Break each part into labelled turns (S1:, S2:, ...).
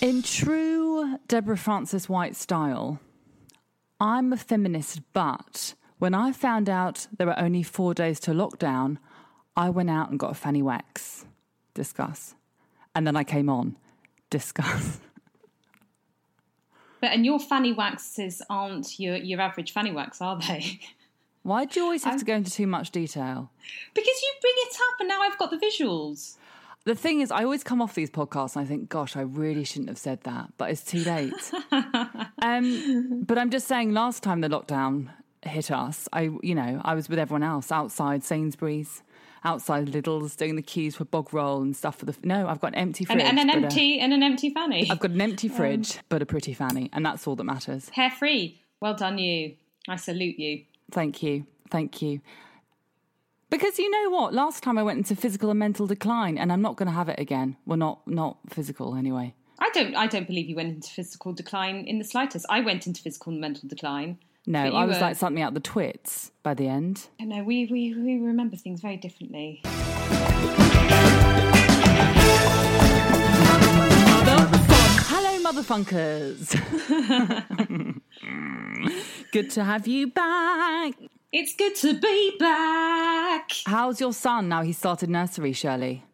S1: In true Deborah Francis White style, I'm a feminist, but when I found out there were only four days to lockdown, I went out and got a fanny wax. Discuss. And then I came on. Discuss.
S2: But and your fanny waxes aren't your your average fanny wax, are they?
S1: Why do you always have
S2: I'm-
S1: to go into too much detail?
S2: because you bring it up, and now I've got the visuals.
S1: The thing is, I always come off these podcasts and I think, gosh, I really shouldn't have said that, but it's too late. um, but I'm just saying, last time the lockdown hit us, I, you know, I was with everyone else outside Sainsbury's, outside Lidl's, doing the queues for bog roll and stuff for the. No, I've got an empty
S2: And,
S1: fridge.
S2: and an
S1: but a-
S2: empty Um, and an empty fanny.
S1: I've got an empty fridge, but a pretty fanny, and that's all that matters.
S2: Hair free. Well done, you. I salute you.
S1: Thank you. Thank you. Because you know what? Last time I went into physical and mental decline, and I'm not going to have it again. Well, not not physical anyway.
S2: I don't. I don't believe you went into physical decline in the slightest. I went into physical and mental decline.
S1: No,
S2: But you
S1: I was
S2: were-
S1: like something out the twits by the end.
S2: I don't know. We we we remember things very differently.
S1: Hello, motherfunkers. Good to have you back.
S2: It's good to be back.
S1: How's your son now? He started nursery, Shirley.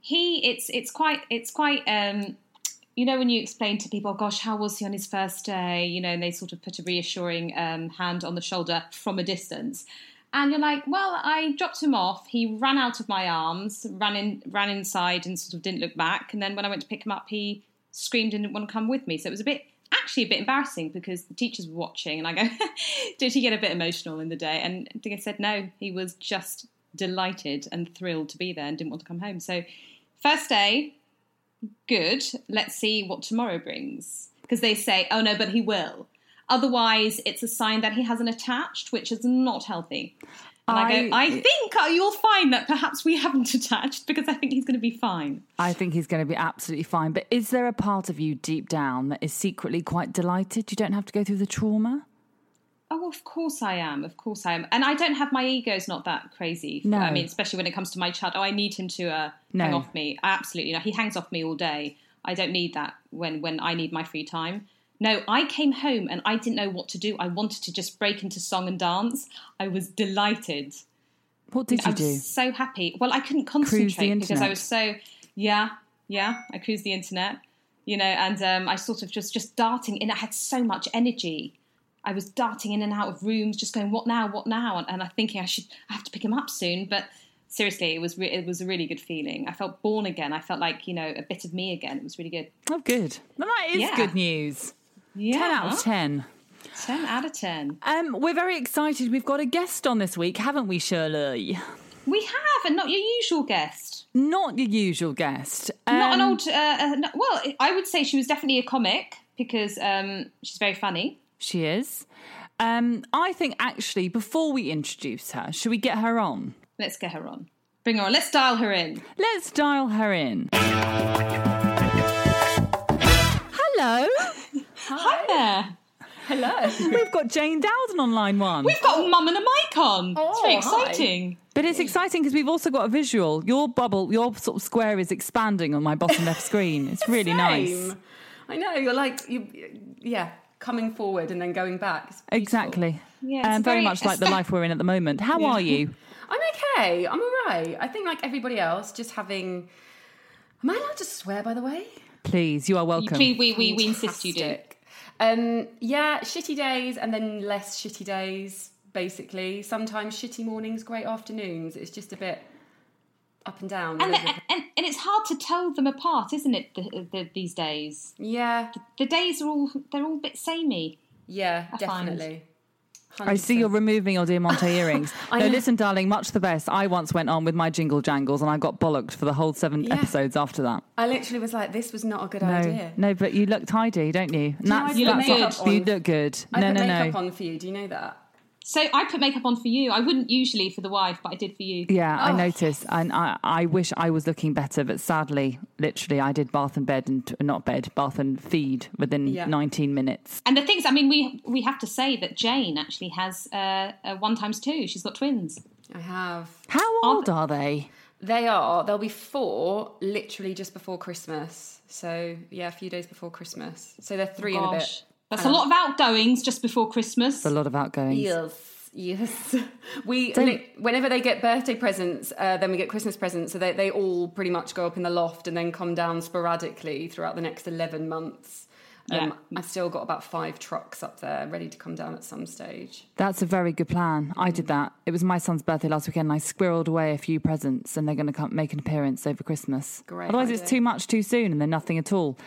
S2: he it's it's quite it's quite um you know when you explain to people gosh how was he on his first day you know and they sort of put a reassuring um, hand on the shoulder from a distance and you're like well i dropped him off he ran out of my arms ran in ran inside and sort of didn't look back and then when i went to pick him up he screamed and didn't want to come with me so it was a bit actually a bit embarrassing because the teachers were watching and i go did he get a bit emotional in the day and i think i said no he was just delighted and thrilled to be there and didn't want to come home so First day, good. Let's see what tomorrow brings. Because they say, oh no, but he will. Otherwise, it's a sign that he hasn't attached, which is not healthy. And I, go,
S1: I-
S2: I think uh, you'll find that perhaps we haven't attached because I think he's going to be fine.
S1: I think he's going to be absolutely fine. But is there a part of you deep down that is secretly quite delighted you don't have to go through the trauma?
S2: Oh, of course I am. Of course I am. And I don't have my ego's not that crazy.
S1: No.
S2: I mean, especially when it comes to my child. Oh, I need him to uh,
S1: No.
S2: hang off me. Absolutely. No, he hangs off me all day. I don't need that when, when I need my free time. No, I came home and I didn't know what to do. I wanted to just break into song and dance. I was delighted.
S1: What did you
S2: I
S1: do?
S2: was so happy. Well, I couldn't
S1: the
S2: concentrate because I
S1: internet.
S2: was so yeah, yeah. I cruised the internet, you know, and um, I sort of just just darting in. I had so much energy. I was darting in and out of rooms, just going, "What now? What now?" And, and I thinking I should, I have to pick him up soon. But seriously, it was re- it was a really good feeling. I felt born again. I felt like you know a bit of me again. It was really good.
S1: Oh, good. Well, that is
S2: Yeah. Uh-huh.
S1: good news.
S2: Yeah,
S1: 10 out of 10.
S2: ten out of ten.
S1: Um, we're very excited. We've got a guest on this week, haven't we, Shirley?
S2: We have, and not your usual guest.
S1: Not your usual guest.
S2: not an
S1: Um,
S2: old. Uh, uh, no- well, I would say she was definitely a comic because um, she's very funny.
S1: She is. Um, I think actually, before we introduce her, should we get her on?
S2: Let's get her on. Bring her on. Let's dial her in.
S1: Let's dial her in. Hello,
S2: Hi there.
S3: Hello.
S1: we've got Jane Dowden on line one.
S2: We've got mum and a mic on. it's very
S3: Oh, hi.
S2: exciting.
S1: But it's exciting because we've also got a visual. Your bubble, your sort of square is expanding on my bottom left screen. It's really nice.
S3: Same. I know. You're like you. Yeah, coming forward and then going back. It's beautiful.
S1: Exactly.
S2: Yeah, it's
S1: um, very
S2: very-
S1: much like the life we're in at the moment. How are you?
S3: I'm okay. I'm all right. I think like everybody else, just having. Am I allowed to swear? By the way.
S1: Please, you are welcome.
S2: Please, we, we, we insist you do.
S3: Fantastic. Um, yeah, shitty days and then less shitty days. Basically, sometimes shitty mornings, great afternoons. It's just a bit up and down.
S2: And, the, and, and it's hard to tell them apart, isn't it, the, the, these days?
S3: yeah,
S2: The days are all, they're all a bit samey.
S3: yeah,
S2: find-
S3: definitely.
S1: I see you're removing your Diamante earrings.
S3: I
S1: no,
S3: know.
S1: listen, darling, much the best. I once went on with my jingle jangles and I got bollocked for the whole seven
S3: Yeah. Oh,
S1: episodes after that.
S3: I literally was like, this was not a good
S1: No,
S3: idea.
S1: no, but you look tidy, don't you? And that's, that's
S3: I
S2: put
S1: what-
S3: makeup on?
S1: You look good.
S3: I
S1: no,
S3: put
S1: no,
S3: makeup
S1: no.
S3: on for you. Do you know that?
S2: So I put makeup on for you. I wouldn't usually for the wife, but I did for you.
S1: Yeah, I
S3: Oh.
S1: noticed, and I, I wish I was looking better, but sadly, literally, I did bath and bed and not bed, bath and feed within
S3: Yeah.
S1: 19 minutes.
S2: And the things, I mean, we we have to say that Jane actually has uh, a one times two. She's got twins.
S3: I have.
S1: How old are they?
S3: They are. There'll be four literally just before Christmas. So yeah, a few days before Christmas. So they're three in a bit.
S2: Gosh. That's a lot of outgoings just before Christmas.
S1: a lot of outgoings.
S3: Yes, yes. We li- whenever they get birthday presents, uh, then we get Christmas presents. So they they all pretty much go up in the loft and then come down sporadically throughout the next eleven months. Um, I've still got about five trucks up there ready to come down at some stage.
S1: That's a very good plan. I did that. It was my son's birthday last weekend. and I squirreled away a few presents, and they're going to come make an appearance over Christmas.
S3: Great
S1: Otherwise, it's
S3: idea.
S1: too much too soon, and then nothing at all.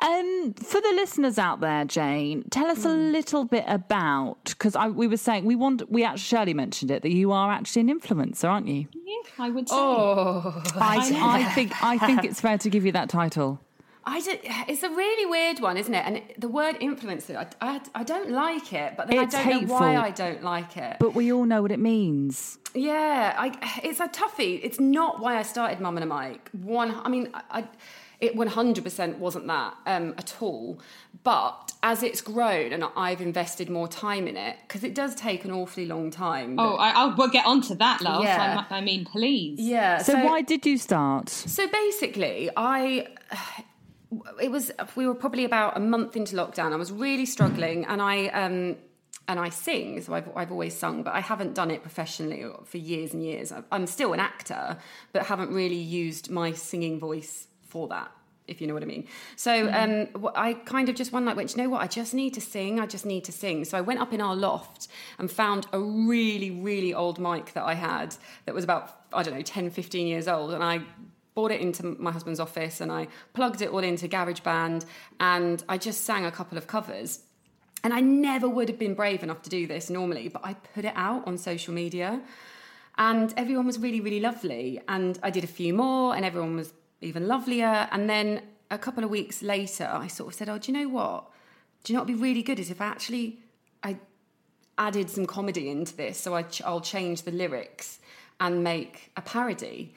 S1: Um, for the listeners out there, Jane, tell us a little bit about because we were saying we want we actually Shirley mentioned it that you are actually an influencer, aren't you?
S2: Yeah, I would say.
S3: Oh,
S1: I, I think I think it's fair to give you that title.
S3: I do, it's a really weird one, isn't it? And it- the word influencer, I, I, I don't like it, but then
S1: It's
S3: I don't know why
S1: hateful.
S3: I don't like it.
S1: But we all know what it means.
S3: Yeah, I, it's a toughie. It's not why I started Mum and a Mike. One, I mean, I, I- it one hundred percent wasn't that um, at all. But as it's grown and I've invested more time in it, because it does take an awfully long time.
S2: Oh, I, I'll, we'll get on to that, love.
S3: Yeah.
S2: I, I mean, please.
S3: yeah.
S1: So, why did you start?
S3: So basically, I it was we were probably about a month into lockdown. I was really struggling, and I um and I sing, so I've I've always sung, but I haven't done it professionally for years and years. I- I'm still an actor, but haven't really used my singing voice for that. If you know what I mean. So um, wh- I kind of just one night went, "Do you know what? I just need to sing. I just need to sing. So I went up in our loft and found a really, really old mic that I had that was about, I don't know, 10, 15 years old. And I brought it into my husband's office and I plugged it all into GarageBand and I just sang a couple of covers. And I never would have been brave enough to do this normally, but I put it out on social media and everyone was really, really lovely. And I did a few more and everyone was even lovelier. And then a couple of weeks later, I sort of said, Oh, do you know what? Do you know what would be really good is if I actually I added some comedy into this, so I ch- I'll change the lyrics and make a parody.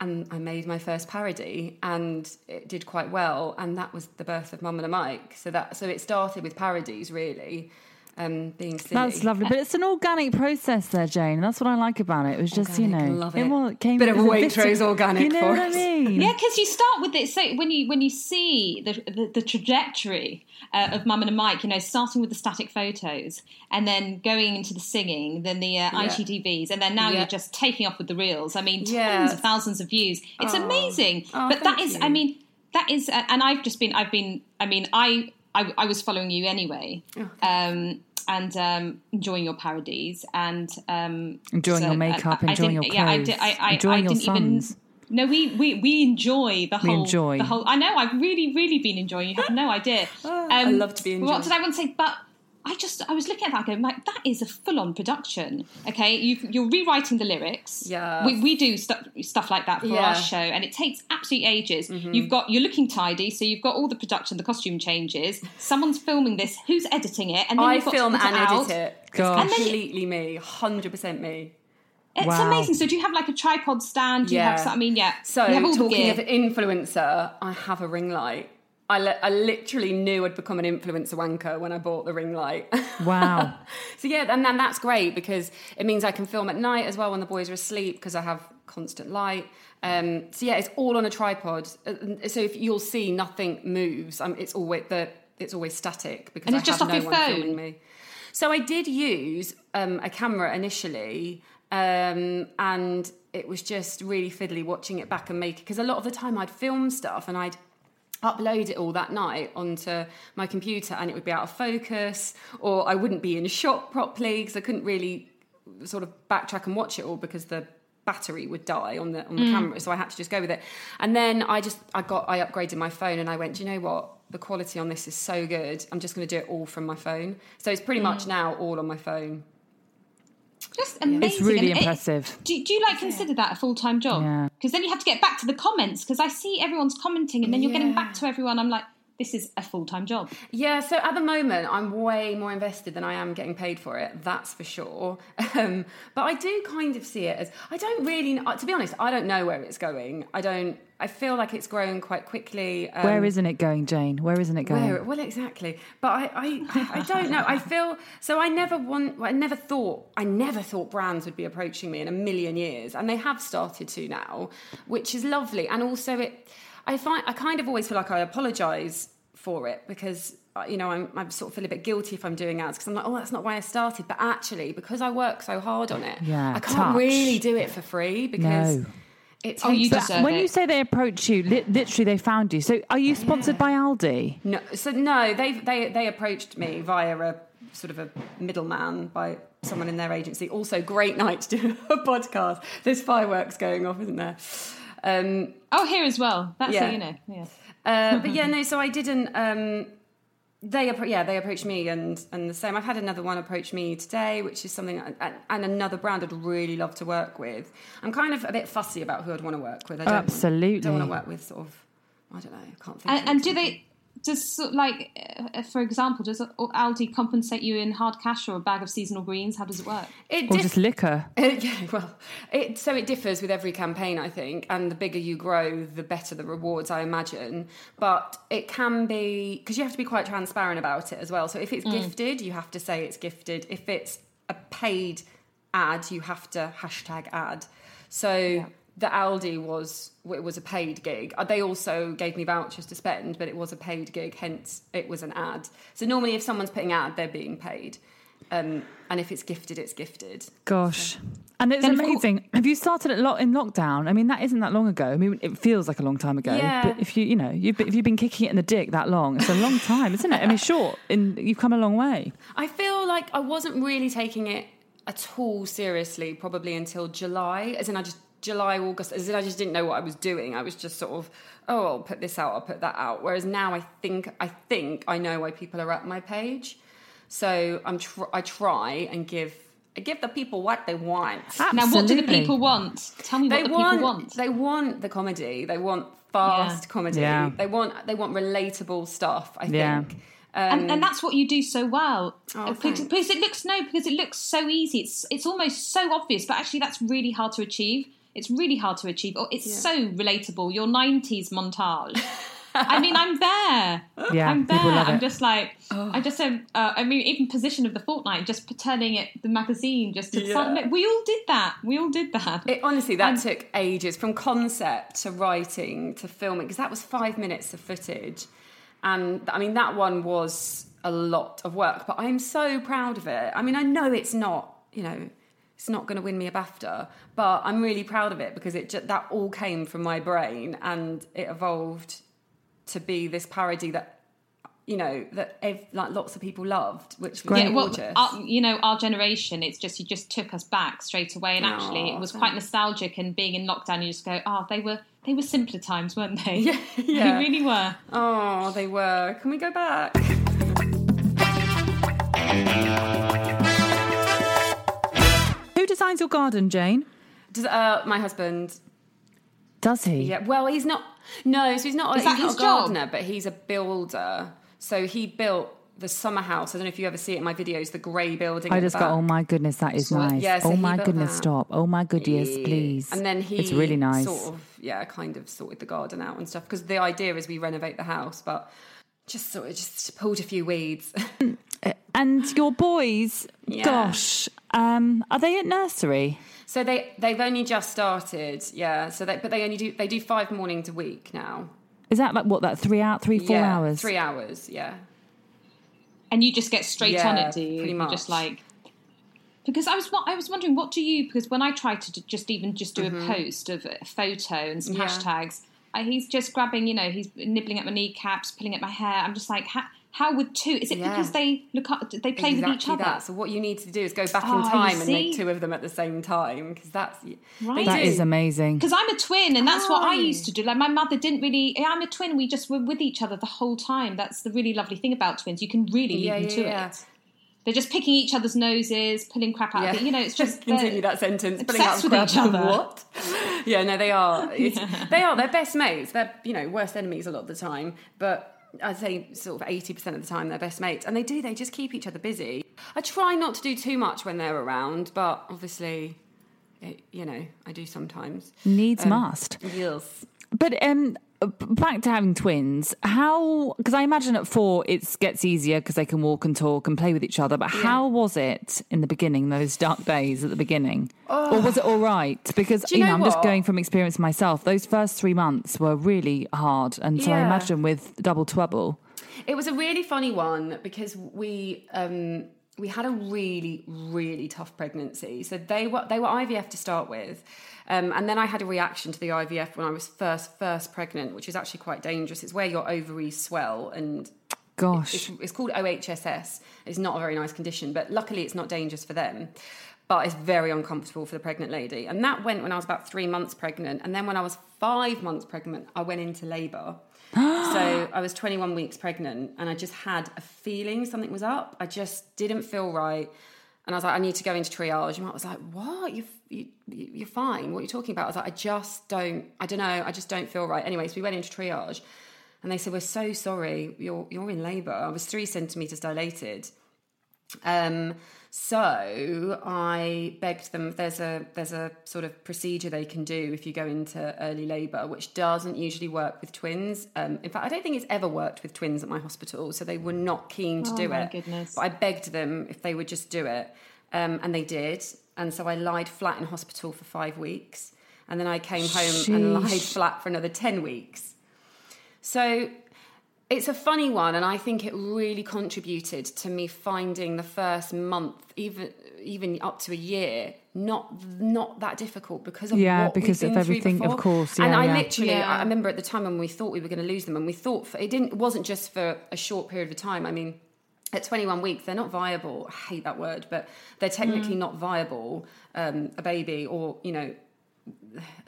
S3: And I made my first parody, and it did quite well. And that was the birth of Mum and a Mike. So that so it started with parodies, really, um, being silly.
S1: That's lovely, but it's an organic process there, Jane. That's what I like about it. It was just you
S3: Organic,
S1: know,
S3: love it.
S1: wa- came
S3: Bit of
S1: it was
S3: a
S1: bit
S3: Waitrose
S1: of-
S3: organic
S1: You know
S3: for
S1: what I
S3: us.
S1: mean?
S2: Yeah, because you start with it. So when you when you see the the, the trajectory uh, of Mum and a Mike, you know, starting with the static photos and then going into the singing, then the uh, IGTVs, and then now
S3: Yeah.
S2: you're just taking off with the reels. I mean, tens
S3: Yes.
S2: of thousands of views. It's amazing.
S3: Oh,
S2: but that
S3: thank
S2: is,
S3: you.
S2: I mean, that is, uh, and I've just been, I've been, I mean, I I, I was following you anyway.
S1: Oh.
S2: um, and um, enjoying your parodies and um,
S1: Enjoying your makeup, enjoying
S2: didn't-
S1: your
S2: yeah, I,
S1: clothes,
S2: di- I, I, I
S1: enjoying your
S2: didn't even
S1: sons.
S2: no, we, we, we enjoy the whole
S1: enjoy.
S2: the whole. I know I've really really been enjoying. You have no idea. Um, I
S3: Oh, love to be enjoyed.
S2: What did I want to say? But I just I was looking at that going like that is a full on production. Okay, You've, you're rewriting the lyrics.
S3: Yes.
S2: we, we do stuff stuff like that for
S3: Yeah. Mm-hmm.
S2: our show, and it takes absolute ages. You've got you're looking tidy, so you've got all the production, the costume changes. Someone's filming this. Who's editing it? And then
S3: I
S2: you've got to
S3: film
S2: put
S3: and
S2: it out.
S3: edit it.
S1: Gosh.
S3: It's
S2: And then-
S3: completely me, hundred percent me.
S2: It's
S1: Wow.
S2: amazing. So do you have like a tripod stand? Do you have
S3: Yeah.
S2: some- I mean, yeah.
S3: So
S2: you have all the
S3: talking
S2: gear.
S3: of influencer, I have a ring light. I, li- I literally knew I'd become an influencer wanker when I bought the ring light.
S1: Wow.
S3: so yeah, and then that's great because it means I can film at night as well when the boys are asleep because I have constant light. Um, so yeah, it's all on a tripod. Uh, So if you'll see, nothing moves. Um, it's always the it's always static because
S2: And
S3: I
S2: it's just
S3: have
S2: off
S3: no
S2: your
S3: one
S2: phone?
S3: filming me. So I did use um, a camera initially, um, and it was just really fiddly watching it back and make because a lot of the time I'd film stuff and I'd upload it all that night onto my computer and it would be out of focus or I wouldn't be in shot properly because I couldn't really sort of backtrack and watch it all because the battery would die on the on the camera so I had to just go with it and then I just I got I upgraded my phone and I went Do you know what the quality on this is so good I'm just going to do it all from my phone so it's pretty much now all on my phone
S2: Just amazing.
S1: It's really
S2: And it-
S1: impressive.
S2: do, do you like consider that a full time job?
S1: Yeah.
S2: Because then you have to get back to the comments because I see everyone's commenting and then you're getting
S3: Yeah.
S2: back to everyone. I'm like, this is a full time job.
S3: Yeah, so at the moment, I'm way more invested than I am getting paid for it, that's for sure. Um, but I do kind of see it as I don't really, kn- uh, to be honest, I don't know where it's going. I don't, I feel like it's grown quite quickly. Um,
S1: Where isn't it going, Jane? Where isn't it going?
S3: where- well, exactly. But I, I, I don't know. I feel so. I never want. I never thought. I never thought brands would be approaching me in a million years, and they have started to now, which is lovely. And also, it. I find. I kind of always feel like I apologise for it because uh, you know I'm, I sort of feel a bit guilty if I'm doing ads because I'm like, oh, that's not why I started. But actually, because I work so hard on it,
S1: Yeah,
S3: I can't
S1: touch.
S3: really do it for free because.
S1: No.
S3: It takes
S2: Oh, you
S3: that-
S2: deserve
S1: when
S2: it.
S1: you say they approach you, li- literally they found you. So are you sponsored by Aldi?
S3: No, so no, they they they approached me via a sort of a middleman by someone in their agency. Also, great night to do a podcast. There's fireworks going off, isn't there? Um,
S2: oh, here as well. That's
S3: Yeah.
S2: it, you know. Yeah.
S3: uh, but yeah, no. So I didn't. Um, they appro- yeah they approached me and and the same. I've had another one approach me today, which is something and- and another brand I'd really love to work with. I'm kind of a bit fussy about who I'd want to work with. I don't want-
S1: Absolutely.
S3: don't want to work with sort of. I don't know. I can't think.
S2: And,
S3: of
S2: and do
S3: something.
S2: they just sort of like, uh, for example, does Aldi compensate you in hard cash or a bag of seasonal greens? How does it work?
S3: It
S1: Or
S3: dif-
S1: just liquor?
S3: Uh, yeah, well, it, so it differs with every campaign, I think, and the bigger you grow, the better the rewards, I imagine. But it can be because you have to be quite transparent about it as well. So if it's gifted, you have to say it's gifted. If it's a paid ad, you have to hashtag ad. So the Aldi was it was a paid gig. Uh, They also gave me vouchers to spend, but it was a paid gig, hence it was an ad. So normally, if someone's putting ad, they're being paid. Um, and if it's gifted, it's gifted.
S1: Gosh. And it's
S2: Then of course-
S1: amazing. Have you started a lot in lockdown? I mean, that isn't that long ago. I mean, it feels like a long time ago.
S3: Yeah.
S1: But if you, you know, you've been, if you've been kicking it in the dick that long, it's a long time, isn't it? I mean, short, and you've come a long way.
S3: I feel like I wasn't really taking it at all seriously probably until July, as in I just July, August, as in I just didn't know what I was doing. I was just sort of, oh, I'll put this out, I'll put that out. Whereas now I think I think I know why people are at my page, so I'm tr- I try and give I give the people what they want.
S1: Absolutely.
S2: Now, what do the people want? Tell me what
S3: They
S2: the
S3: want,
S2: people want.
S3: they want the comedy. They want fast comedy.
S1: Yeah.
S3: They want they want relatable stuff. I
S1: Yeah.
S3: think.
S2: and, and that's what you do so well
S3: Um,
S2: Uh,
S3: Oh,
S2: because,
S3: thanks.
S2: because it looks no because it looks so easy it's it's almost so obvious but actually that's really hard to achieve it's really hard to achieve or it's so relatable your 90s montage I mean, I'm there.
S1: Yeah,
S2: I'm there.
S1: people love
S2: I'm
S1: it.
S2: just like, I just said. Uh, I mean, even position of the fortnight, just turning it the magazine, just to the side.
S3: Yeah.
S2: We all did that. We all did that.
S3: It, honestly, that took ages from concept to writing to filming because that was five minutes of footage. And I mean, that one was a lot of work, but I'm so proud of it. I mean, I know it's not, you know, it's not going to win me a BAFTA, but I'm really proud of it because it just, that all came from my brain and it evolved to be this parody that, you know, that ev- like lots of people loved, which was
S1: Great.
S2: Yeah, well,
S3: gorgeous.
S2: our, you know, our generation, it's just, you just took us back straight away. And actually,
S3: Aw,
S2: it was quite nostalgic. And being in lockdown, you just go, oh, they were, they were simpler times, weren't they? Yeah.
S3: yeah.
S2: They really were.
S3: oh, they were. Can we go back?
S1: Who designs your garden, Jane?
S3: Does, uh, my husband.
S1: Does he?
S3: Yeah, well, he's not. No, so he's not.
S2: Is
S3: he's
S2: that
S3: not
S2: his
S3: a
S2: job?
S3: gardener, but he's a builder. So he built the summer house. I don't know if you ever see it in my videos. The grey building.
S1: I
S3: at the
S1: just got, oh
S3: back.
S1: my goodness, that is
S3: So,
S1: nice.
S3: yeah, so
S1: oh
S3: he
S1: my
S3: built
S1: goodness,
S3: that.
S1: stop. Oh my good, yes, please.
S3: And then he,
S1: It's really nice.
S3: Sort of, yeah, kind of sorted the garden out and stuff because the idea is we renovate the house, but just sort of just pulled a few weeds.
S1: And your boys,
S3: Yeah.
S1: gosh, um, are they at nursery?
S3: so they they've only just started. Yeah. So they but they only do they do five mornings a week now.
S1: Is that like what that three out three four
S3: Yeah,
S1: hours?
S3: Three hours. Yeah.
S2: And you just get straight on
S3: Yeah,
S2: it, do you?
S3: pretty
S2: You
S3: much.
S2: Just like, because I was, wa- I was wondering, what do you, because when I try to d- just even just do a post of a photo and some
S3: Mm-hmm. Yeah.
S2: hashtags, I, he's just grabbing, you know, he's nibbling at my kneecaps, pulling at my hair. I'm just like, how, how would two, is it
S3: Yeah.
S2: because they look up, they play with each
S3: exactly
S2: other?
S3: that. So what you need to do is go back
S2: Oh,
S3: in
S2: you
S3: time and make
S2: see?
S3: two of them at the same time because that's
S2: Right.
S3: they
S1: That
S3: do.
S1: is amazing.
S2: Because I'm a twin, and that's what I
S3: Oh.
S2: used to do. Like my mother didn't really. I'm a twin. We just were with each other the whole time. That's the really lovely thing about twins. You can really lead
S3: yeah,
S2: them
S3: yeah,
S2: to
S3: yeah.
S2: it. They're just picking each other's noses, pulling crap out.
S3: Yeah.
S2: of it. You know, it's just
S3: continue
S2: they're-
S3: that sentence. pulling
S2: obsessed
S3: out
S2: with
S3: crap
S2: each
S3: and
S2: other.
S3: What? Yeah, no, they are. It's, They are. They're best mates. They're you know worst enemies a lot of the time, but I'd say sort of 80% of the time they're best mates. And they do, they just keep each other busy. I try not to do too much when they're around, but obviously, it, you know, I do sometimes. Um,
S1: Needs must.
S3: Yes.
S1: But um, b- back to having twins. How? Because I imagine at four it gets easier because they can walk and talk and play with each other. But how was it in the beginning? Those dark days at the beginning, or was it all right? Because
S3: Oh. you
S1: you, know,
S3: know
S1: I'm just
S3: what?
S1: going from experience myself. Those first three months were really hard, and so I
S3: Yeah.
S1: imagine with double trouble.
S3: It was a really funny one because we um, we had a really really tough pregnancy. So they were they were IVF to start with, um, and then I had a reaction to the IVF when I was first first pregnant, which is actually quite dangerous. It's where your ovaries swell and
S1: Gosh,
S3: it's, it's called OHSS. It's not a very nice condition, but luckily it's not dangerous for them. But it's very uncomfortable for the pregnant lady. And that went when I was about three months pregnant. And then when I was five months pregnant, I went into labor. so I was 21 weeks pregnant and I just had a feeling something was up. I just didn't feel right. And I was like, I need to go into triage. And I was like, what? You, you, you're fine. What are you talking about? I was like, I just don't, I don't know. I just don't feel right. Anyway, so we went into triage. And they said, "We're so sorry, you're you're in labour." I was three centimeters dilated, um, so I begged them. There's a there's a sort of procedure they can do if you go into early labour, which doesn't usually work with twins. Um, in fact, I don't think it's ever worked with twins at my hospital, so they were not keen to
S2: Oh,
S3: do
S2: my
S3: it.
S2: goodness.
S3: But I begged them if they would just do it, um, and they did. And so I lied flat in hospital for five weeks, and then I came home and lied
S1: Sheesh.
S3: flat for another ten weeks. So it's a funny one, and I think it really contributed to me finding the first month, even even up to a year, not not that difficult because of
S1: Yeah,
S3: what we've
S1: because of
S3: been through
S1: everything, of
S3: before.
S1: course,
S3: and
S1: yeah,
S3: I
S1: yeah.
S3: literally,
S2: Yeah.
S3: I remember at the time when we thought we were going to lose them, and we thought for, it didn't it wasn't just for a short period of time. I mean. At 21 weeks, they're not viable. I hate that word, but they're
S1: Mm.
S3: technically not viable. Um, a baby, or you know,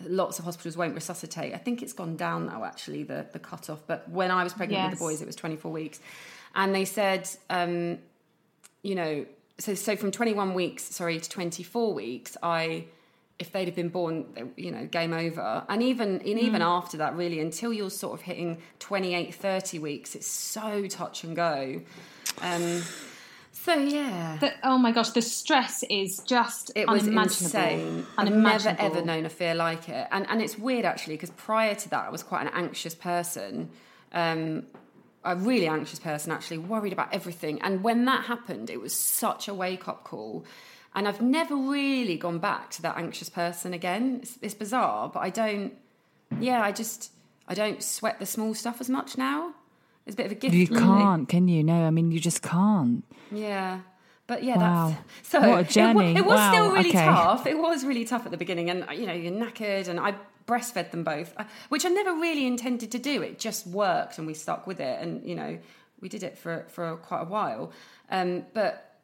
S3: lots of hospitals won't resuscitate. I think it's gone down now, actually, the, the cutoff. But when I was pregnant with
S2: Yes.
S3: the boys, it was 24 weeks. And they said, um, you know, so, so from 21 weeks, sorry, to 24 weeks, I, if they'd have been born, they- you know, game over. And even, and even after that, really, until you're sort of hitting 28, 30 weeks, it's so touch and go. Um, so, yeah.
S2: The- oh my gosh, the stress is just
S3: It was
S2: unimaginable.
S3: insane. I've never
S2: Unimaginable.
S3: ever known a fear like it, and and it's weird actually because prior to that I was quite an anxious person, um, a really anxious person actually, worried about everything. And when that happened, it was such a wake up call, and I've never really gone back to that anxious person again. It's, it's bizarre, but I don't. Yeah, I just I don't sweat the small stuff as much now. It's a bit of a gift.
S1: you
S3: really.
S1: can't, can you? No, I mean you just can't.
S3: Yeah. But yeah,
S1: Wow.
S3: that's so.
S1: What a
S3: it wa-
S1: journey.
S3: It, was
S1: Wow,
S3: still really
S1: okay.
S3: tough. It was really tough at the beginning, and you know you're knackered, and I breastfed them both, uh, which I never really intended to do. It just worked, and we stuck with it, and you know we did it for for quite a while. Um, but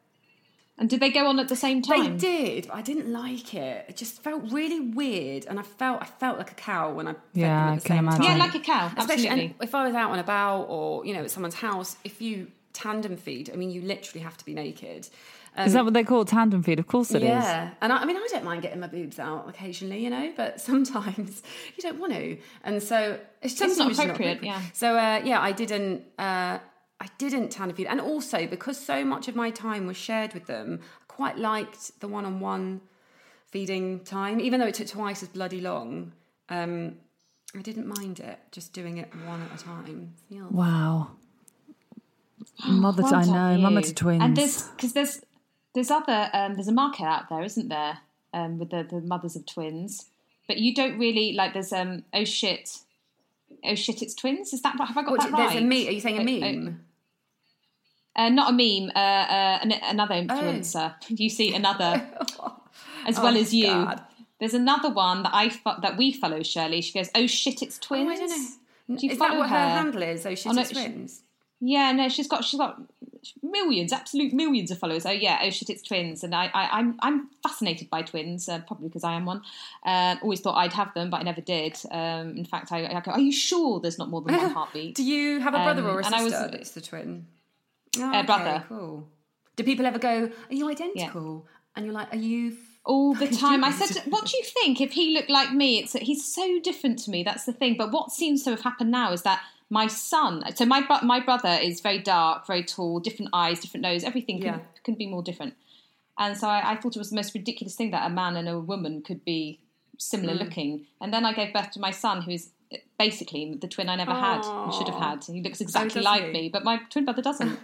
S2: And did they go on at the same
S3: they
S2: time?
S3: did, but I didn't like it. It just felt really weird, and I felt I felt like a cow when I fed
S1: Yeah,
S3: them
S1: I
S3: at
S1: can
S3: the same
S1: imagine.
S2: Yeah,
S3: time.
S2: like a cow.
S3: Especially
S2: absolutely.
S3: and if I was out and about or you know at someone's house, if you tandem feed, I mean you literally have to be naked. Um,
S1: Is that what they call it, tandem feed? Of course it is.
S3: yeah, and I, I mean, I don't mind getting my boobs out occasionally, you know, but sometimes you don't want to, and so it's
S2: not
S3: just
S2: appropriate, yeah.
S3: So uh, yeah, I didn't. Uh, I didn't tandem feed, and also because so much of my time was shared with them, I quite liked the one-on-one feeding time, even though it took twice as bloody long. Um, I didn't mind it, just doing it one at a time. Yeah.
S1: Wow. Mother,
S2: Well
S1: to, I
S2: done
S1: know, mother
S2: you.
S1: to twins.
S2: And there's because there's there's other um, there's a market out there, isn't there, um, with the, the mothers of twins. But you don't really like. There's um oh shit, oh shit, it's twins. Is that right? have I got
S3: What,
S2: that right?
S3: there's a meme. Are you saying a
S2: Oh, oh,
S3: meme?
S2: Uh, not a meme. Uh, uh, an, another
S3: Oh.
S2: influencer. You see another as well
S3: Oh,
S2: as you.
S3: God.
S2: There's another one that I fo- that we follow. Shirley. She goes oh shit, it's twins.
S3: I don't know.
S2: Do you
S3: is that
S2: follow
S3: what her,
S2: her?
S3: handle is? Oh, she's
S2: no, she-
S3: twins.
S2: Yeah, no, she's got she's got millions, absolute millions of followers. Oh yeah, oh shit, it's twins, and I, I I'm I'm fascinated by twins, uh, probably because I am one. Um, always thought I'd have them, but I never did. Um, in fact, I, I go, are you sure there's not more than one heartbeat?
S3: Do you have a brother
S2: Um,
S3: or a
S2: and
S3: sister?
S2: I was-
S3: that's the twin. Oh,
S2: A Uh, brother.
S3: Cool. Do people ever go? Are you identical? And you're like, are you?
S2: All the time, I said, "What do you think? If he looked like me, it's he's so different to me. That's the thing." But what seems to have happened now is that my son. So my bro- my brother is very dark, very tall, different eyes, different nose, everything can,
S3: Yeah.
S2: can be more different. And so I, I thought it was the most ridiculous thing that a man and a woman could be similar looking. And then I gave birth to my son, who is eh, basically the twin I never had, I should have had. He looks exactly
S3: does
S2: like
S3: he?
S2: me, but my twin brother doesn't.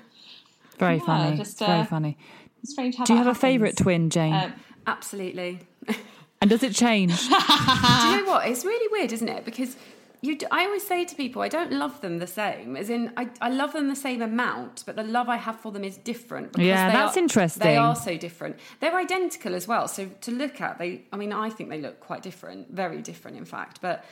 S1: Very
S2: Yeah,
S1: funny.
S2: just,
S1: Very
S2: uh,
S1: funny.
S2: It's strange how
S1: Do you
S2: that
S1: have a
S2: happens.
S1: favourite twin, Jane?
S2: Uh,
S3: Absolutely.
S1: and does it change?
S3: Do you know what? It's really weird, isn't it? Because you, d- I always say to people, I don't love them the same. As in, I, I love them the same amount, but the love I have for them is different. because
S1: Yeah,
S3: they
S1: that's
S3: are-
S1: interesting.
S3: They are so different. They're identical as well. So to look at, they, I mean, I think they look quite different, very different, in fact. But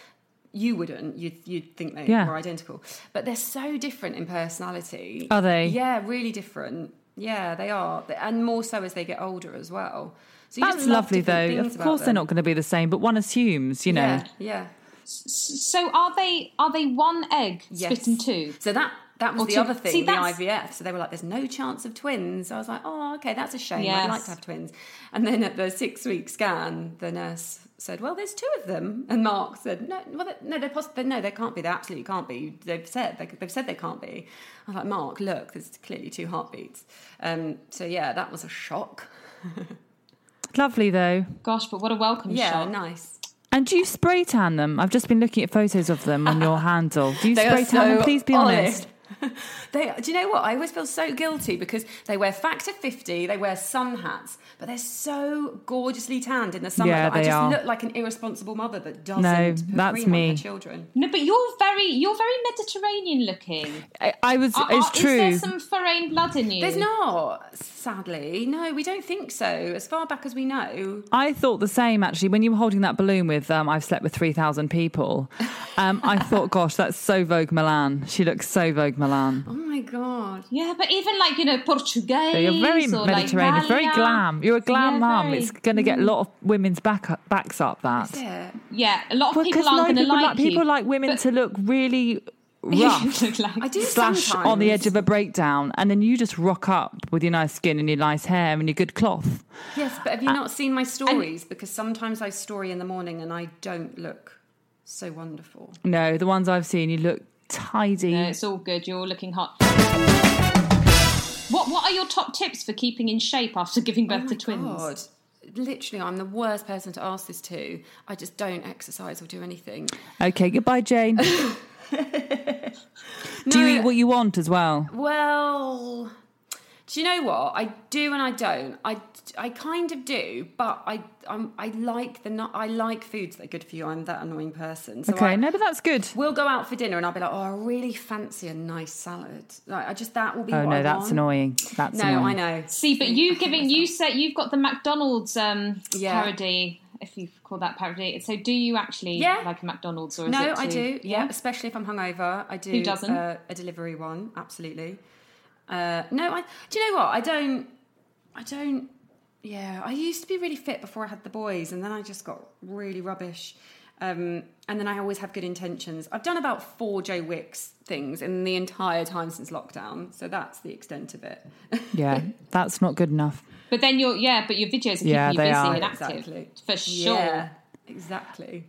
S3: you wouldn't. You'd, you'd think they
S1: Yeah.
S3: were identical, but they're so different in personality.
S1: Are they?
S3: Yeah, really different. Yeah, they are, and more so as they get older as well. So you
S1: That's
S3: just love
S1: lovely,
S3: different
S1: though.
S3: things
S1: Of
S3: about
S1: course, they're
S3: them.
S1: not going to be the same, but one assumes, you know.
S3: Yeah, yeah.
S2: so are they are they one egg split in two?
S3: So that that was
S2: Or
S3: the
S2: two.
S3: other thing,
S2: See,
S3: the
S2: that's-
S3: IVF. So they were like, "There's no chance of twins." I was like, "Oh, okay, that's a shame. I'd like
S2: Yes.
S3: to have twins." And then at the six week scan, the nurse said, "Well, there's two of them." And Mark said, "No, well, they- no, they're possible. No, they can't be. They absolutely can't be. They've said they, they've said they can't be." I was like, "Mark, look, there's clearly two heartbeats." Um, so yeah, that was a shock.
S1: Lovely, though.
S2: Gosh, but what a welcome
S3: Yeah,
S2: shot.
S3: nice.
S1: And do you spray tan them? I've just been looking at photos of them on your handle. Do you
S3: They
S1: spray tan
S3: are so
S1: them? Please be honest.
S3: honest. they, do you know what? I always feel so guilty because they wear factor 50, they wear sun hats, but they're so gorgeously tanned in the summer.
S1: Yeah,
S3: that I
S1: they
S3: just
S1: are.
S3: look like an irresponsible mother that doesn't
S1: No,
S3: put
S1: that's
S3: cream on
S1: me.
S3: her children.
S2: No, but you're very you're very Mediterranean looking.
S1: I, I was.
S2: Are-
S1: it's
S2: are-
S1: true.
S2: Uh, Is there some foreign blood in you?
S3: There's not, sadly. No, we don't think so. As far back as we know,
S1: I thought the same actually. When you were holding that balloon with, um, I've slept with three thousand people. Um, I thought, gosh, that's so Vogue Milan. She looks so Vogue
S3: oh
S1: Milan.
S3: my God.
S2: Yeah, but even like you know Portuguese.
S1: You're very
S2: or
S1: Mediterranean,
S2: Like
S1: very
S2: Malia.
S1: glam. You're a glam
S2: Yeah,
S1: mum.
S2: very. Mm-hmm.
S1: It's going to get a lot of women's back backs up that.
S3: Yeah.
S2: Yeah, a lot of
S1: Because
S2: people aren't going to
S1: people
S2: like, you.
S1: people like women
S2: but-
S1: to look really rough.
S2: You look like-
S3: I do
S1: slash
S3: sometimes.
S1: on the edge of a breakdown, and then you just rock up with your nice skin and your nice hair and your good cloth.
S3: Yes, but have you not seen my stories? Because sometimes I story in the morning and I don't look so wonderful.
S1: No, the ones I've seen, you look tidy.
S2: No, it's all good. You're all looking hot. What What are your top tips for keeping in shape after giving birth to
S3: Oh my
S2: twins?
S3: God. Literally, I'm the worst person to ask this to. I just don't exercise or do anything.
S1: Okay, goodbye, Jane. Do you eat what you want as well?
S3: Well, do you know what I do and I don't? I, I kind of do, but I I'm, I like the not I like foods that are good for you. I'm that annoying person. So
S1: Okay,
S3: I,
S1: no, but that's good.
S3: We'll go out for dinner and I'll be like, oh, I really fancy a nice salad. Like, I just, that will be
S1: Oh
S3: what I
S1: no, that's
S3: want.
S1: annoying. That's
S3: No,
S1: annoying.
S3: I know.
S2: See, but you giving you said you've got the McDonald's um,
S3: Yeah.
S2: parody, if you call that parody. So, do you actually
S3: Yeah.
S2: like a McDonald's or is
S3: No,
S2: it
S3: I
S2: too-
S3: do. Yeah, especially if I'm hungover, I do.
S2: Who doesn't?
S3: Uh, a delivery one, absolutely. Uh, no, I. Do you know what? I don't. I don't. Yeah, I used to be really fit before I had the boys, and then I just got really rubbish. Um, and then I always have good intentions. I've done about four Joe Wicks things in the entire time since lockdown, so that's the extent of it.
S1: Yeah, that's not good enough.
S2: But then you're yeah, but your videos are keeping
S1: Yeah,
S2: you
S1: they
S2: busy
S1: are.
S2: and active
S3: Exactly.
S2: for sure.
S3: Yeah, exactly.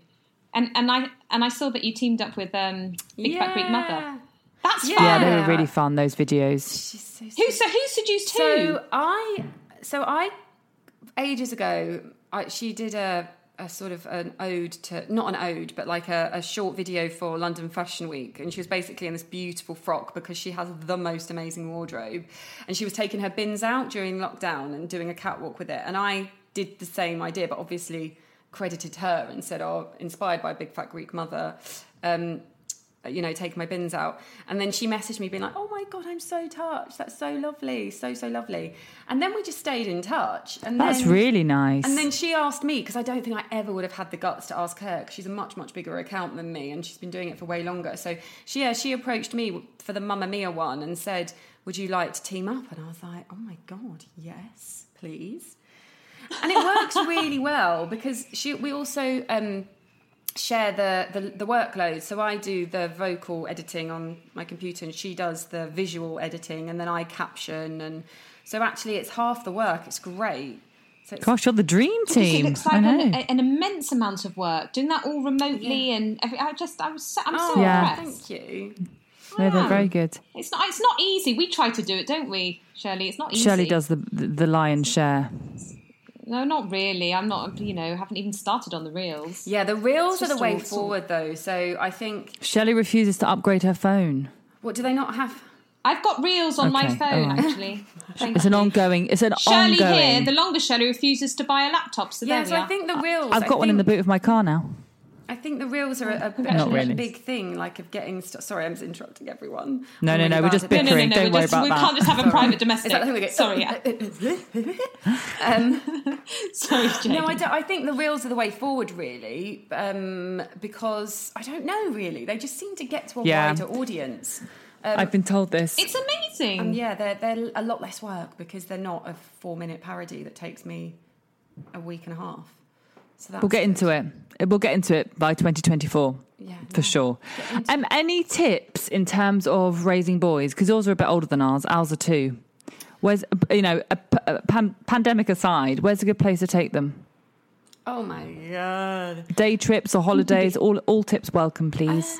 S2: And and I and I saw that you teamed up with um, Big Fat Greek Mother.
S3: Yeah.
S2: That's
S3: Yeah.
S2: fun.
S1: Yeah, they were
S3: Yeah.
S1: really fun. Those videos.
S3: She's so
S2: Who so who seduced who?
S3: So I, so I, ages ago, I, she did a, a sort of an ode to not an ode, but like a, a short video for London Fashion Week, and she was basically in this beautiful frock because she has the most amazing wardrobe, and she was taking her bins out during lockdown and doing a catwalk with it, and I did the same idea, but obviously credited her and said, "Oh, inspired by Big Fat Greek Mother." Um, you know, take my bins out. And then she messaged me being like, oh my God, I'm so touched. That's so lovely. So, so lovely. And then we just stayed in touch. And
S1: That's
S3: then,
S1: really nice.
S3: And then she asked me, because I don't think I ever would have had the guts to ask her, because she's a much, much bigger account than me and she's been doing it for way longer. So she, yeah, she approached me for the Mamma Mia one and said, would you like to team up? And I was like, oh my God, yes, please. And it works really well because she, we also, um, share the, the the workload. So I do the vocal editing on my computer, and she does the visual editing, and then I caption. And so actually, it's half the work. It's great. So it's,
S1: gosh, you're the dream
S2: Because
S1: team.
S2: It looks
S1: I
S2: like
S1: know.
S2: an, an immense amount of work doing that all remotely, and every, I just I was so, I'm so
S3: oh,
S1: Yeah.
S2: impressed.
S3: thank you.
S1: No, they're very good.
S2: It's not. It's not easy. We try to do it, don't we, Shirley? It's not easy.
S1: Shirley does the the, the lion's share.
S2: No, not really. I'm not. You know, haven't even started on the reels.
S3: Yeah, the reels are
S2: just
S3: the way
S2: awful.
S3: forward, though. So I think
S1: Shirley refuses to upgrade her phone.
S3: what do they not have?
S2: I've got reels on my
S1: Okay,
S2: phone
S1: all right.
S2: actually. Thank
S1: It's an
S2: you.
S1: ongoing. It's an
S2: Shirley
S1: ongoing.
S2: here. The longer Shirley refuses to buy a laptop, so
S3: Yeah,
S2: there
S3: so
S2: we
S3: I
S2: are.
S3: think the reels.
S1: I've
S3: I
S1: got one in the
S3: think-
S1: boot of my car now.
S3: I think the reels are a, a,
S1: Not
S3: a
S1: really.
S3: big thing, like of getting. St- Sorry, I'm interrupting everyone. Oh
S1: No,
S3: I'm
S1: no,
S3: really
S1: no, we're
S3: bad
S1: just
S3: at this.
S2: no, no, no,
S1: bickering.
S2: no.
S1: Don't
S2: we
S1: worry
S2: just,
S1: about
S2: we
S1: that.
S2: can't just have a private
S3: Is
S2: domestic.
S3: that the thing we get-
S2: Sorry, yeah.
S3: um,
S2: sorry, Jane.
S3: no, I, don't, I think the reels are the way forward, really, um, because I don't know, really. They just seem to get to a
S1: Yeah.
S3: wider audience. Um,
S1: I've been told this.
S2: It's amazing.
S3: and yeah, they're, they're a lot less work because they're not a four minute parody that takes me a week and a half. So that's
S1: We'll get into it. We'll get into it by 2024
S3: Yeah,
S1: for
S3: yeah.
S1: sure.
S3: Get into
S1: Um, any tips in terms of raising boys? Because yours are a bit older than ours. Ours are two. Where's you know a, p- a pan- pandemic aside, where's a good place to take them?
S3: Oh my god!
S1: Day trips or holidays? all all tips welcome, please.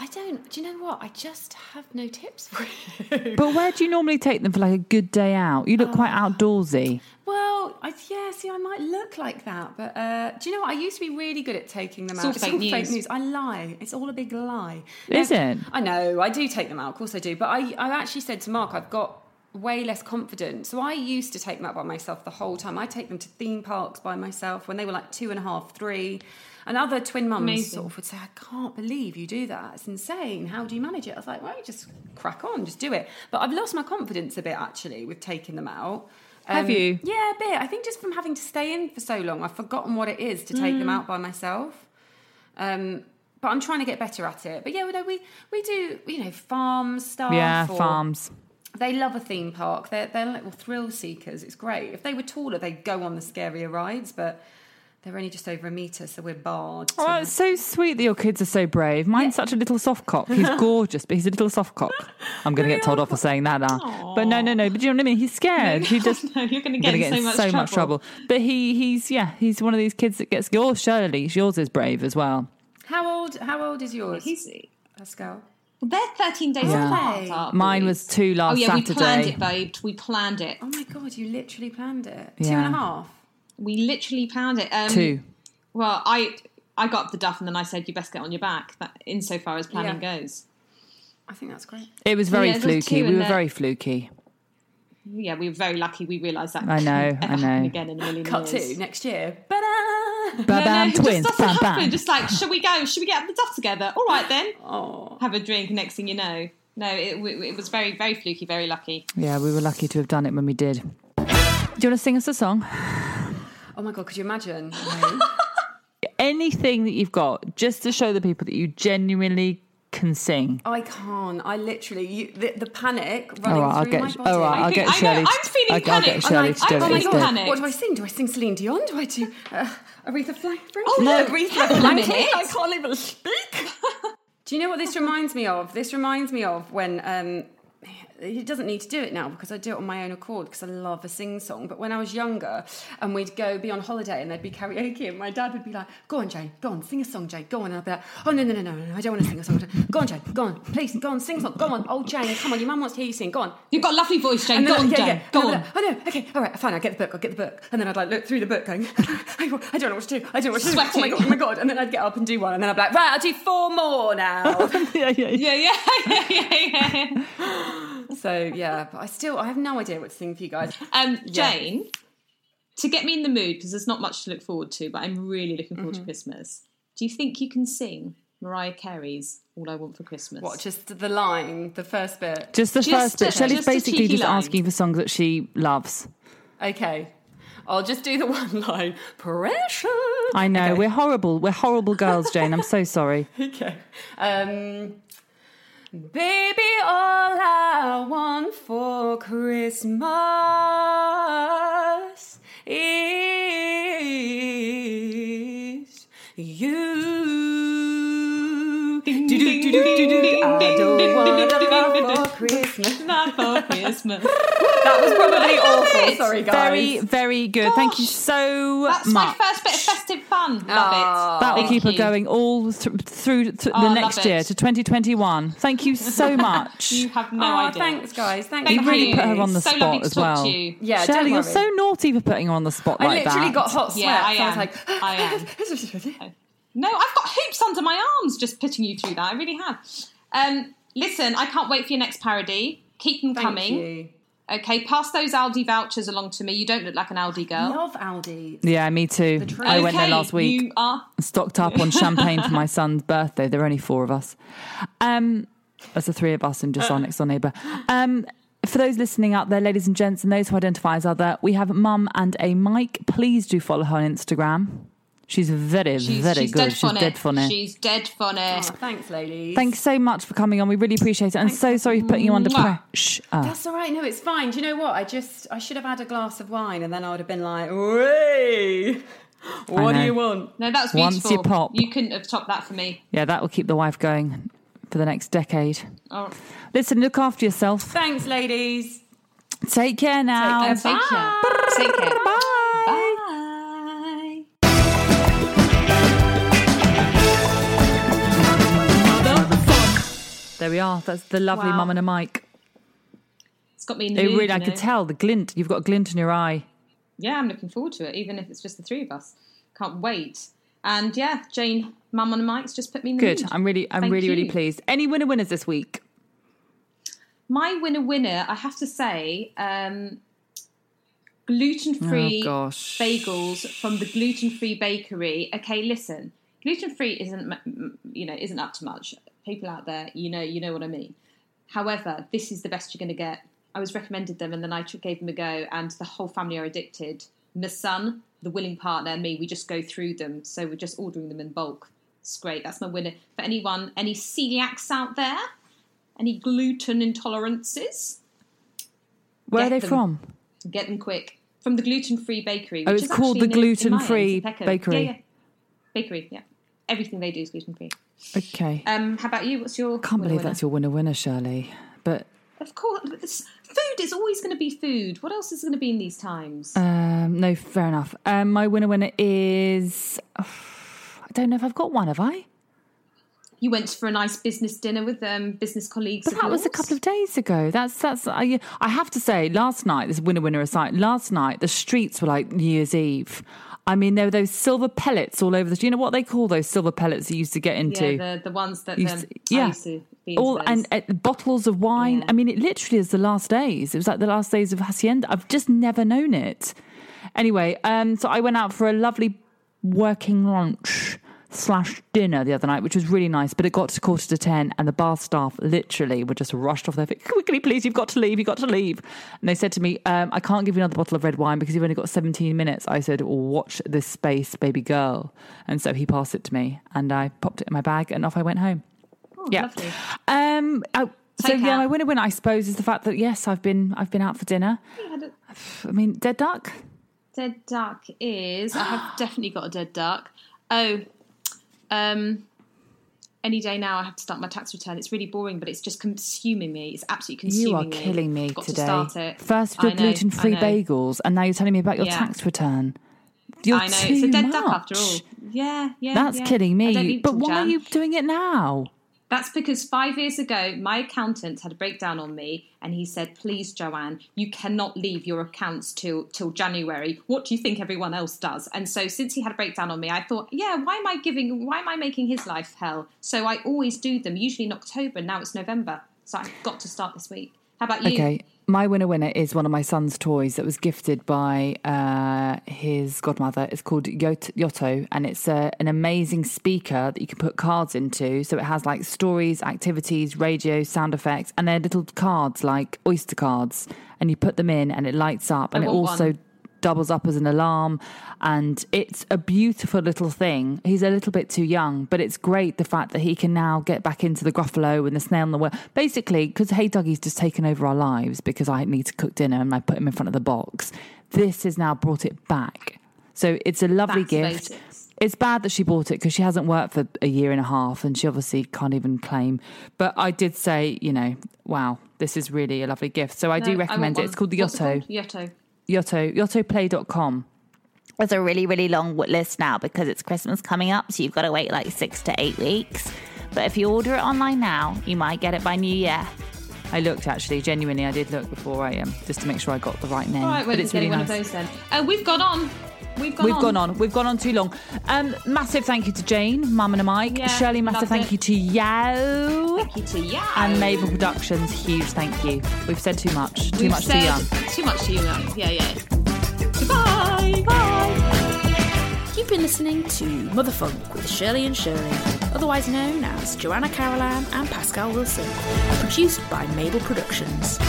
S3: I don't. Do you know what? I just have no tips for you.
S1: but where do you normally take them for like a good day out? You look quite
S2: Ah.
S1: outdoorsy.
S3: Well, I, yeah, see, I might look like that, but uh, do you know what? I used to be really good at taking them
S2: It's
S3: out.
S2: all fake news.
S3: I lie. It's all a big lie.
S1: Is it?
S3: I know. I do take them out. Of course I do. But I, I actually said to Mark, I've got way less confidence. So I used to take them out by myself the whole time. I take them to theme parks by myself when they were like two and a half, three. And other twin mums
S2: Amazing.
S3: sort of would say, I can't believe you do that. It's insane. How do you manage it? I was like, well, you just crack on, just do it. But I've lost my confidence a bit actually with taking them out.
S1: Have you?
S3: Um, Yeah, a bit. I think just from having to stay in for so long, I've forgotten what it is to take
S1: Mm.
S3: them out by myself. Um, but I'm trying to get better at it. But yeah, no, we we do you know farm
S2: Oh,
S3: stuff.
S1: Yeah,
S3: or-
S1: farms.
S3: They love a theme park. They're they're little thrill seekers. It's great. If they were taller, they'd go on the scarier rides. But they're only just over a meter, so we're barred. So-
S1: Oh, it's so sweet that your kids are so brave. Mine's such a little soft cock. He's gorgeous, but he's a little soft cock. I'm going to get told off for saying that now. But no, no, no. But do you know what I mean? He's scared. He just
S2: no, you're going to
S1: going
S2: get
S1: to get
S2: in
S1: in
S2: so, much,
S1: so
S2: trouble.
S1: much trouble. But he, he's yeah, he's one of these kids that gets yours. Surely yours is brave as well.
S2: Oh,
S3: how old how old is yours,
S2: He's,
S3: Pascal?
S2: they're 13 days
S1: Yeah.
S2: apart. aren't
S1: Mine
S2: they?
S1: was two
S2: Oh
S1: last
S2: yeah, we planned
S1: Saturday.
S2: it, babe. We planned it.
S3: Oh my god, you literally planned it. Two
S1: Yeah.
S3: and a half.
S2: We literally planned it. Um,
S1: Two.
S2: Well, I I got up the duff and then I said you best get on your back. That insofar as planning
S3: Yeah.
S2: goes.
S3: I think that's great.
S1: It was very
S2: Yeah, it was two
S1: fluky. We
S2: and
S1: were
S2: then-
S1: very fluky.
S2: Yeah, we were very lucky. We realised that
S1: I know,
S2: couldn't
S1: I
S2: ever happen
S1: know.
S2: Again in a million
S3: Cut
S2: years.
S3: two next year. Ba-da!
S1: Ba bam,
S2: it
S1: twins.
S2: just
S1: Bam
S2: doesn't happen.
S1: bam.
S2: Just like, should we go? Should we get up the duff together? All right then.
S3: Oh.
S2: Have a drink. Next thing you know, no, it, w- it was very, very fluky, very lucky.
S1: Yeah, we were lucky to have done it when we did. Do you want to sing us a song?
S3: Oh my god, could you imagine?
S1: anything that you've got just to show the people that you genuinely can sing.
S3: Oh, I can't. I literally you, the, the panic
S1: All
S3: running
S1: right, I'll
S3: through
S1: get.
S3: my body.
S1: All right, I'll
S2: think-
S1: get
S2: I know,
S1: Shirley.
S2: I'm
S1: to-
S2: feeling
S1: I'll, I'll get
S2: panic.
S1: Shirley
S2: I'm
S1: to do it
S2: like, oh my
S1: instead.
S2: God. panicked.
S3: What do I sing? Do I sing Celine Dion? Do I do uh, Aretha Franklin?
S2: no,
S3: Aretha
S2: hang on a
S3: Franklin.
S2: minute.
S3: I can't even speak. do you know what this reminds me of? This reminds me of when. Um, it doesn't need to do it now because I do it on my own accord because I love a sing song. But when I was younger and we'd go be on holiday and there'd be karaoke and my dad would be like, Go on, Jane, go on, sing a song, Jane, go on. And I'd be like, Oh, no, no, no, no, no, I don't want to sing a song. Jane. Go on, Jane, go on, please, go on, sing a song, go on. Oh, Jane, come on, your mum wants to hear you sing, go on.
S2: You've got a lovely voice, Jane.
S3: And
S2: Go
S3: then,
S2: on,
S3: yeah,
S2: Jane.
S3: yeah.
S2: Go
S3: And
S2: on.
S3: I'd be like, oh no, okay, all right, fine, I'll get the book, I'll get the book. And then I'd like look through the book going, I don't know what to do, I don't know what to do. Oh my
S2: Sweating.
S3: god, oh my god. And then I'd get up and do one and then I'd be like, right, I'll do four more now.
S1: yeah, yeah, yeah.
S2: Yeah, yeah, yeah, yeah, yeah.
S3: so yeah, but I still, I have no idea what to sing for you guys.
S2: Um,
S3: Yeah.
S2: Jane, to get me in the mood because there's not much to look forward to, but I'm really looking forward
S3: Mm-hmm.
S2: to Christmas. Do you think you can sing Mariah Carey's "All I Want for Christmas"?
S3: What, just the line, the first bit.
S1: Just the
S2: Just
S1: first bit.
S2: a-
S1: Shelley's
S2: just a
S1: basically
S2: cheeky
S1: just
S2: line.
S1: asking for songs that she loves.
S3: Okay. I'll just do the one line. Pressure.
S1: I know we're horrible. We're horrible girls, Jane. I'm so sorry.
S3: Okay. Um, Baby, all I want for Christmas is you. Do-do-do-do-do-do. I don't want a love for Christmas.
S2: Not for Christmas.
S3: That was probably awful. Sorry, guys.
S1: Very, very good. Thank you
S2: Gosh,
S1: so
S2: That's my
S1: much.
S2: first bit of festive fun. Love
S3: Aw.
S2: it.
S1: that will
S2: Thank
S1: keep her
S2: you.
S1: going all th- through th-
S2: Oh,
S1: the
S2: love
S1: next
S2: it.
S1: year to 2021. Thank you so much.
S2: You have no
S3: Aw,
S2: idea.
S3: thanks, guys. Thanks.
S2: Thank
S1: You really
S2: you.
S1: put her on the
S2: So
S1: spot
S2: lovely to
S1: as
S2: talk
S1: well.
S2: to you.
S3: Yeah,
S1: Shirley,
S3: don't
S1: you're
S3: worry.
S1: so naughty for putting her on the spot
S3: I
S1: like
S3: literally
S1: that.
S3: got hot sweats.
S2: Yeah, I
S3: so I was
S2: am.
S3: like,
S2: I
S3: am.
S2: No, I've got hoops under my arms just putting you through that. I really have. Um, listen, I can't wait for your next parody. Keep them coming.
S3: You.
S2: Okay, pass those Aldi vouchers along to me. You don't look like an Aldi girl.
S3: Love Aldi.
S1: Yeah, me too.
S3: truth.
S1: I went there
S2: Okay,
S1: last week.
S2: You are
S1: stocked up on champagne for my son's birthday. There are only four of us. Um, that's the three of us and just our next door neighbour. Um, for those listening out there, ladies and gents, and those who identify as other, we have mum and a Mike. Please do follow her on Instagram. She's very,
S2: she's,
S1: very
S2: she's
S1: good.
S2: Dead
S1: she's
S2: fun
S1: dead funny.
S2: She's dead funny.
S3: Aw, Oh, thanks, ladies.
S1: Thanks so much for coming on. We really appreciate it. And so sorry for putting you under
S2: Mwah.
S1: pressure. Uh,
S3: That's all right. No, it's fine. Do you know what? I just I should have had a glass of wine, and then I would have been like, "Way, what do
S1: know.
S3: you want?"
S2: No, that was
S1: Once
S2: beautiful.
S1: you pop.
S2: couldn't have topped that for me.
S1: Yeah, that will keep the wife going for the next decade.
S2: Oh,
S1: Listen, look after yourself.
S3: Thanks, ladies.
S1: Take care now.
S2: and take care. Take care.
S1: Bye.
S2: Bye.
S1: There we are. That's the lovely
S2: Wow.
S1: mum and a mic.
S2: It's got me in the
S1: It
S2: mood,
S1: really,
S2: you
S1: I
S2: know.
S1: could tell the glint. You've got a glint in your eye.
S2: Yeah, I'm looking forward to it, even if it's just the three of us. Can't wait. And yeah, Jane, mum on the mics, just put me in the
S1: Good.
S2: mood.
S1: I'm really, I'm
S2: Thank
S1: really, really
S2: you.
S1: pleased. Any winner winners this week?
S2: My winner winner, I have to say, um, gluten free
S1: Oh, gosh.
S2: bagels from the gluten free bakery. Okay, listen, gluten free isn't m- m- you know isn't up to much. People out there, you know, you know what I mean. However, this is the best you're going to get. I was recommended them, and then I took- gave them a go, and the whole family are addicted. My son, the willing partner, and me, we just go through them. So we're just ordering them in bulk. It's great. That's my winner. For anyone, any celiacs out there, any gluten intolerances,
S1: Where are they
S2: Get them.
S1: from?
S2: get them quick from the Gluten Free Bakery.
S1: Oh,
S2: which
S1: it's
S2: is
S1: called
S2: actually
S1: the
S2: near- in
S1: Gluten
S2: my end,
S1: Free
S2: in Peckham.
S1: Bakery.
S2: Yeah, yeah. Bakery, yeah. Everything they do is gluten free.
S1: Okay.
S2: Um, how about you? What's your?
S1: Can't believe that's your winner winner, Shirley. But
S2: Of course, but this- food is always going to be food. What else is going to be in these times?
S1: um, no, fair enough. Um, my winner winner is. I don't know if I've got one. Have I?
S2: you went for a nice business dinner with um, business colleagues.
S1: But that was a couple of days ago. That's that's. I, I have to say, last night this winner winner aside, last night the streets were like New Year's Eve. I mean, there were those silver pellets all over the. Do you know what they call those silver pellets you used to get into?
S2: yeah, the, the ones that
S1: You
S2: um,
S1: s- yeah.
S2: I used to be into
S1: all
S2: those.
S1: and uh, bottles of wine.
S2: Yeah.
S1: I mean, it literally is the last days. It was like the last days of hacienda. I've just never known it. Anyway, um, so I went out for a lovely working lunch slash dinner the other night, which was really nice. But it got to quarter to ten, and the bar staff literally were just rushed off their feet. Quickly, please, you've got to leave. You've got to leave. And they said to me, um, "I can't give you another bottle of red wine because you've only got seventeen minutes." I said, well, "Watch this space, baby girl." And so he passed it to me, and I popped it in my bag, and off I went home.
S2: Oh,
S1: Yeah.
S2: lovely.
S1: Um. I, so
S2: Take
S1: yeah,
S2: out.
S1: my winner winner, I suppose, is the fact that yes, I've been I've been out for dinner.
S2: You had a-
S1: I mean, dead duck.
S2: Dead duck is. I have definitely got a dead duck. Oh, um, any day now I have to start my tax return. It's really boring, but it's just consuming me. It's absolutely consuming
S1: You are
S2: me.
S1: killing me
S2: got
S1: today.
S2: To start it.
S1: First with
S2: I
S1: your
S2: know, I
S1: gluten free
S2: know.
S1: bagels, and now you're telling me about your
S2: Yeah.
S1: tax return. You're
S2: I know
S1: too
S2: it's a dead
S1: much.
S2: duck after all. Yeah, yeah.
S1: That's
S2: yeah.
S1: kidding
S2: I don't eat
S1: me. But
S2: till
S1: why are
S2: Jan.
S1: you doing it now?
S2: That's because five years ago, my accountant had a breakdown on me, and he said, "Please, Joanne, you cannot leave your accounts till till January. What do you think everyone else does?" And so, since he had a breakdown on me, I thought, "Yeah, why am I giving? Why am I making his life hell?" So I always do them, usually in October. Now it's November, so I've got to start this week. How about you?
S1: Okay. My winner winner is one of my son's toys that was gifted by uh, his godmother. It's called Yot- Yotto, and it's uh, an amazing speaker that you can put cards into. So it has like stories, activities, radio, sound effects, and they're little cards like oyster cards. And you put them in, and it lights up, and it
S2: want
S1: also
S2: one.
S1: doubles up as an alarm and it's a beautiful little thing he's a little bit too young but it's great the fact that he can now get back into the gruffalo and the snail and the worm basically because hey dougie's just taken over our lives because i need to cook dinner and i put him in front of the box this has now brought it back so it's a lovely
S2: Back to
S1: gift
S2: basics.
S1: it's bad that she bought it because she hasn't worked for a year and a half and she obviously can't even claim. But I did say, you know, wow, this is really a lovely gift. So I do
S2: No, I want
S1: recommend it.
S2: one.
S1: It's called the
S2: What's it
S1: Yotto.
S2: called? Yotto.
S1: Yotto, yottoplay.com.
S4: There's a really, really long w- list now because it's Christmas coming up, so you've got to wait like six to eight weeks. But if you order it online now, you might get it by New Year.
S1: I looked actually, genuinely, I did look before I um, just to make sure I got the right name.
S2: All right, we're
S1: but
S2: just
S1: it's
S2: getting
S1: really
S2: one
S1: nice.
S2: of those then. Uh, we've gone on. We've gone
S1: We've
S2: on.
S1: gone on. We've gone on too long. Um, massive thank you to Jane, Mum and Mike,
S2: Yeah,
S1: Shirley. Massive
S2: loved
S1: thank
S2: it.
S1: you to Yao
S2: Thank you to you.
S1: and Mabel Productions. Huge thank you. We've said too much. Too
S2: We've
S1: much
S2: said
S1: too young.
S2: Too much to young. Yeah, yeah. Goodbye. Bye.
S3: You've been listening to Motherfunk with Shirley and Shirley, otherwise known as Joanna Carolan and Pascal Wilson, produced by Mabel Productions.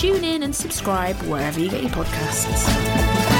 S3: Tune in and subscribe wherever you get your podcasts.